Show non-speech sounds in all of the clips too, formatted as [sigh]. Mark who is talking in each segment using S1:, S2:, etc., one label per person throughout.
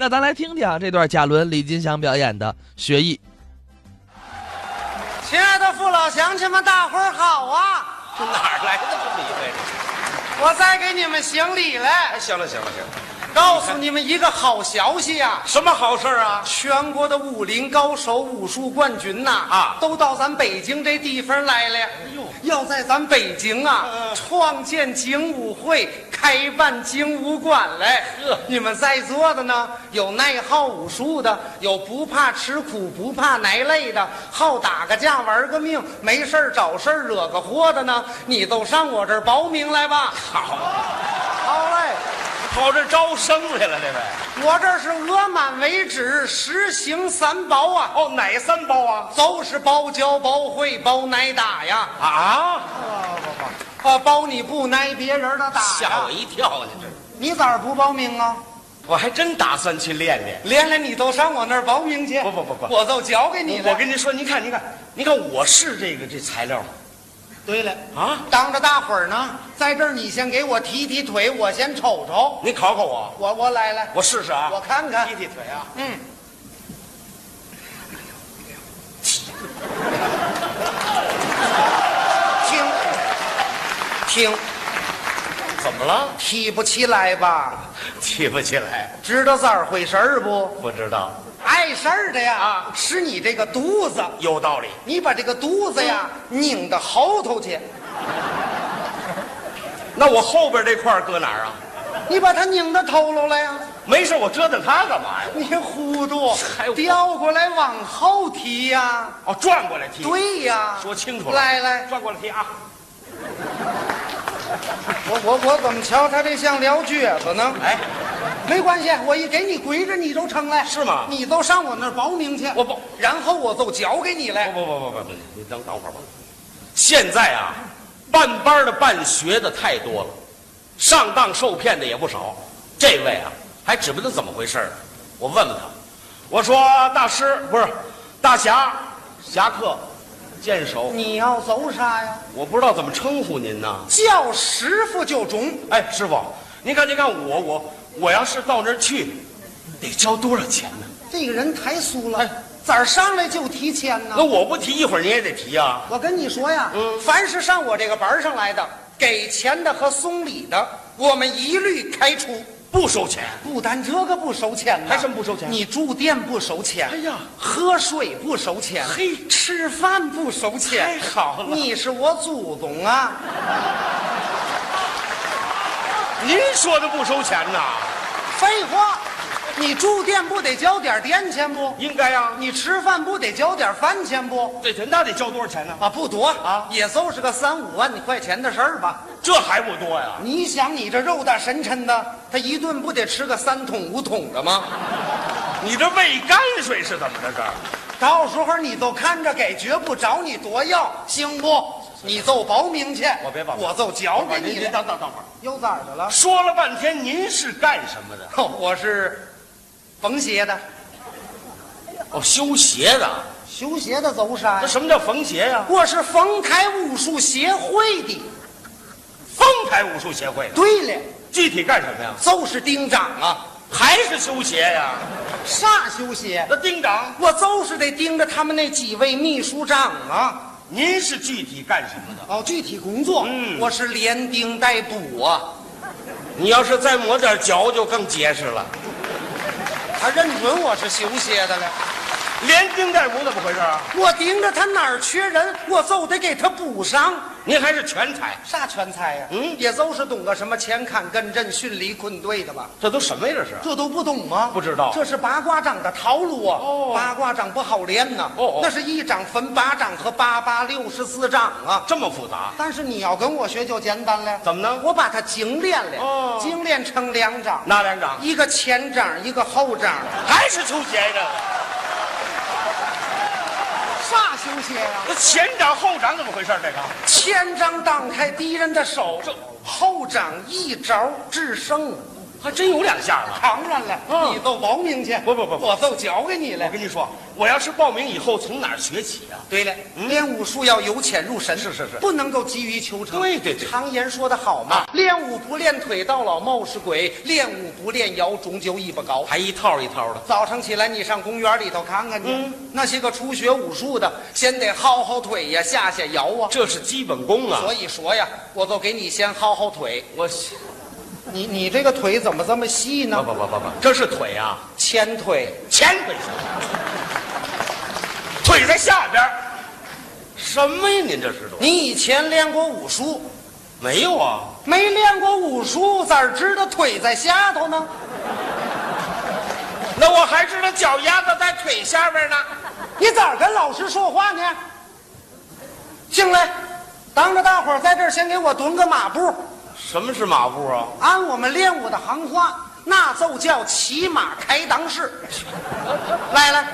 S1: 那咱来听听啊，这段贾伦、李金祥表演的《学艺》。
S2: 亲爱的父老乡亲们，大伙儿好啊！
S3: 这 [laughs] 哪儿来的这么一位？
S2: 我再给你们行礼
S3: 哎，
S2: 了，
S3: 行了行了行了，
S2: 告诉你们一个好消息啊！
S3: 什么好事儿啊？
S2: 全国的武林高手、武术冠军呐、
S3: 啊哎
S2: 都到咱北京这地方来了。要在咱北京啊，
S3: 嗯
S2: 创建精武会，开办精武馆来
S3: 呵。
S2: 你们在座的呢，有爱好武术的，有不怕吃苦、不怕挨累的，好打个架、玩个命，没事儿找事儿、惹个祸的呢，你都上我这儿报名来吧。
S3: 好，
S2: 好嘞。
S3: 跑这招生来了，这位。
S2: 我这是额满为止，实行三包啊！
S3: 哦，哪三包啊？
S2: 都是包教、包会、包挨打呀！
S3: 啊！
S2: 啊，包你不挨别人的打
S3: 吓
S2: 呀
S3: 我！一跳呢，这
S2: 你咋不报名啊？
S3: 我还真打算去练练。
S2: 连连你都上我那儿报名去！
S3: 不不不不
S2: 我都教给你了。
S3: 我跟您说，您看，您看，您看，我是这个这材料吗？
S2: 对了，
S3: 啊，
S2: 当着大伙儿呢，在这儿你先给我提提腿，我先瞅瞅。
S3: 您考考我，
S2: 我我来来，
S3: 我试试啊。
S2: 我看看
S3: 踢。踢腿啊！
S2: 嗯，听听，
S3: 怎么了？
S2: 提不起来吧？
S3: 踢不起来？
S2: 知道咋回事儿不？
S3: 不知道，
S2: 碍事儿的呀，
S3: 啊
S2: 是你这个肚子，
S3: 有道理。
S2: 你把这个肚子呀
S3: 嗯
S2: 拧到喉头去，
S3: 那我后边这块儿搁哪儿啊？
S2: 你把它拧到头颅来呀，
S3: 没事，我折腾它干嘛呀？
S2: 你糊涂
S3: 还，我
S2: 调过来往后提呀，
S3: 哦，转过来踢。，
S2: 对呀，
S3: 说清楚了
S2: 来来，
S3: 转过来踢啊！
S2: 我我我怎么瞧他这像撂蹶子呢？
S3: 哎，
S2: 没关系，我一给你跪着，你都成来，
S3: 是吗
S2: 你都上我那儿报名去，
S3: 我报。
S2: 然后我就教给你来。
S3: 不不不不不，你等等会儿吧。现在啊，办班的、办学的太多了，上当受骗的也不少。这位啊，还指不定怎么回事儿呢。我问问他，我说大师不是大侠，侠客，剑手，
S2: 你要走啥呀？
S3: 我不知道怎么称呼您呢。
S2: 叫师傅就中。
S3: 哎，师傅，您看您看我我我要是到那儿去，得交多少钱呢？
S2: 这个人太俗了，
S3: 哎
S2: 咋上来就提钱呢
S3: 那？我嗯不提，一会儿您也得提啊。
S2: 我跟你说呀，凡是上我这个班儿上来的，给钱的和送礼的，我们一律开除。
S3: 不收钱，
S2: 不单这个不收钱呢，
S3: 还什么不收钱
S2: 你住店不收钱，
S3: 哎呀
S2: 喝水不收钱，
S3: 嘿
S2: 吃饭不收钱，
S3: 太好了
S2: 你是我祖宗啊！
S3: 您说的不收钱呐？
S2: 废话，你住店不得交点店钱不？
S3: 应该啊呀、
S2: 你吃饭不得交点饭钱不？
S3: 这钱那得交多少钱呢？
S2: 啊，不多
S3: 啊
S2: 也就是个三五万块钱的事儿吧。
S3: 这还不多呀？
S2: 你想，你这肉大神抻的，他一顿不得吃个三桶五桶的吗？
S3: 你这喂泔水是怎么着？这
S2: 到时候你都看着给，绝不找你多要，行不？你就报名去，
S3: 我别报名
S2: 我就教给你
S3: 您
S2: 了。
S3: 等等等会儿，
S2: 又咋的了？
S3: 说了半天您是干什么的？
S2: [laughs] 我是缝鞋的，
S3: 哦，修鞋的。
S2: 修鞋的走啥
S3: 那
S2: 呀？
S3: 什么叫缝鞋呀、
S2: 我是冯台武术协会的。
S3: 丰台武术协会的。
S2: 对了，
S3: 具体干什么呀？
S2: 就是丁长啊，
S3: 还是修鞋呀、
S2: 啥修鞋？
S3: 那丁长，
S2: 我就是得盯着他们那几位秘书长啊。
S3: 您是具体干什么的？
S2: 哦，具体工作，
S3: 嗯
S2: 我是连钉带补啊。
S3: 你要是再抹点脚，就更结实了。
S2: 他认准我是修鞋的了，
S3: 连丁带骨怎么回事啊？
S2: 我盯着他哪儿缺人，我就得给他补上。
S3: 您还是全才，
S2: 啥全才呀、
S3: 嗯
S2: 也就是懂个什么前坎艮震、巽离坤兑的吧？
S3: 这都什么呀？这是？
S2: 这都不懂吗？
S3: 不知道
S2: 这是八卦掌的套路啊。
S3: 哦
S2: 八卦掌不好练呐、
S3: 哦哦
S2: 那是一掌分八掌和八八六十四掌啊。
S3: 这么复杂？
S2: 但是你要跟我学就简单了，
S3: 怎么呢？
S2: 我把它精炼了，
S3: 哦
S2: 精炼成两掌，
S3: 哪两掌？
S2: 一个前掌，一个后掌。
S3: 还是修鞋的？
S2: 啥修鞋呀、
S3: 那前掌后掌怎么回事？这个？
S2: 千掌挡开敌人的手，后掌一招制胜。
S3: 还真有两下子。
S2: 当然了，
S3: 嗯
S2: 你奏毛名去，
S3: 不不不不嗯
S2: 我奏脚给你
S3: 我
S2: 了。
S3: 跟你说，我要是报名以后，从哪儿学起啊？
S2: 对了，嗯练武术要由浅入深，
S3: 是是是
S2: 不能够急于求成。
S3: 对对对
S2: 常言说得好嘛
S3: 啊，
S2: 练武不练腿到老貌是鬼，练武不练摇终究一把高。
S3: 还一套一套的。
S2: 早上起来，你上公园里头看看去，
S3: 嗯
S2: 那些个初学武术的，先得薅薅腿呀，下下摇啊。
S3: 这是基本功啊！
S2: 所以说呀，我就给你先薅薅腿。
S3: 我
S2: 你你这个腿怎么这么细
S3: 不
S2: 呢？
S3: 不不不不，这是腿啊，
S2: 前腿，
S3: 前腿是，腿在下边儿。什么呀？您这是都
S2: 你以前练过武术，
S3: 没有啊？
S2: 没练过武术，咋知道腿在下头呢？
S3: 那我还知道脚丫子在腿下边呢。
S2: 你咋跟老师说话呢？进来，当着大伙儿在这儿先给我蹲个马步。
S3: 什么是马步啊？
S2: 按我们练武的行话，那就叫骑马开裆式。来来，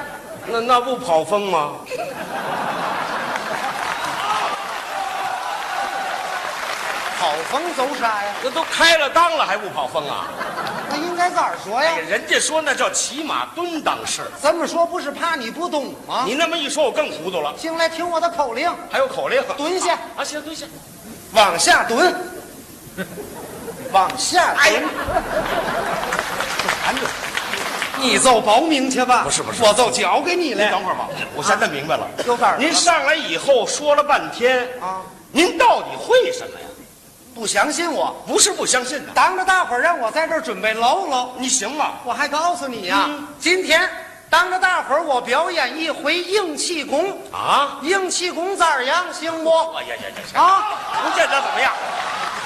S3: 那那不跑风吗？
S2: 跑风走啥呀？
S3: 那都开了裆了还不跑风啊？
S2: 那应该咋说
S3: 哎呀，
S2: 呀？
S3: 人家说那叫骑马蹲裆式，
S2: 这么说不是怕你不懂吗？
S3: 你那么一说，我更糊涂了。
S2: 进来听我的口令，
S3: 还有口令，
S2: 蹲下，
S3: 啊，行，蹲下。
S2: 往下蹲，往下
S3: 哎呀
S2: 蹲。你奏保命去吧，
S3: 不是不是
S2: 我奏脚给你
S3: 您
S2: 了。
S3: 等会儿吧，我现在明白了。
S2: 有点儿
S3: 啊您上来以后说了半天
S2: 啊，
S3: 您到底会什么呀？
S2: 不相信我，
S3: 不是不相信的，
S2: 当着大伙儿让我在这儿准备搂搂。
S3: 你行吗？
S2: 我还告诉你呀、今天当着大伙儿我表演一回硬气功，
S3: 啊？
S2: 硬气功咋样，行不？
S3: 哎呀呀呀！
S2: 啊！
S3: 不见得怎么样。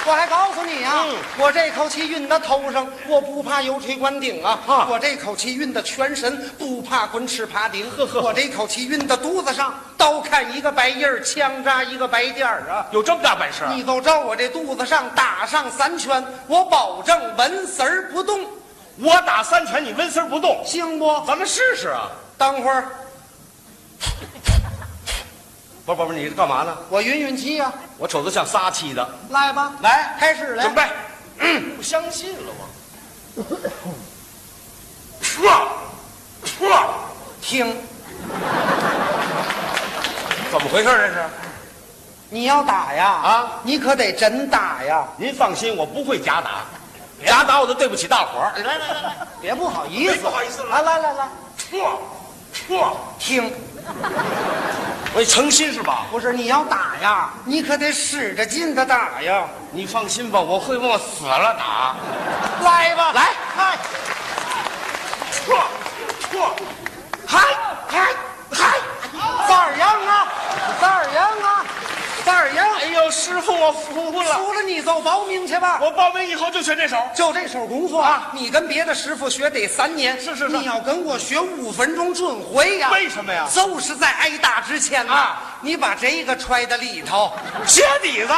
S2: 我还告诉你呀、啊
S3: 嗯
S2: 我这口气运到头上，我不怕油锤关顶啊！
S3: 啊
S2: 我这口气运到全身，不怕滚尺爬顶。我这口气运到肚子上，刀砍一个白印儿，枪扎一个白点儿啊！
S3: 有这么大本事？
S2: 你都照我这肚子上打上三圈，我保证纹丝儿不动，
S3: 我打三拳，你纹丝儿不动，
S2: 行不？
S3: 咱们试试啊！
S2: 等会儿
S3: 不是不是，你是干嘛呢？
S2: 我匀匀气呀、
S3: 我瞅着像撒气的。
S2: 来吧，
S3: 来
S2: 开始来
S3: 准。备。嗯，不相信了 [laughs] 我。唰唰，
S2: 听，
S3: 怎么回事儿这是？
S2: 你要打呀？
S3: 啊，
S2: 你可得真打呀，
S3: 您放心，我不会假打，假打我都对不起大伙儿。来来来来，
S2: 别不好意
S3: 别
S2: 思。
S3: 不好意思了
S2: 来来来来，
S3: 唰唰，
S2: 听，
S3: 我诚心是吧？
S2: 不是你要打呀，你可得使着劲的打呀。
S3: 你放心吧，我会往死了打。
S2: 来吧，来，嗨
S3: 唰唰，
S2: 嗨嗨嗨，咋样啊？咋样啊？咋样？
S3: 哎呦，师傅，我服了。
S2: 输了你就保命去吧。
S3: 我报名以后就学这手。
S2: 就这手功夫啊，你跟别的师傅学得三年，
S3: 是是是
S2: 你要跟我学五分钟准回呀、
S3: 为什么呀
S2: 就是在挨打之前呐、
S3: 啊
S2: 你把这个揣在里头，
S3: 鞋底子。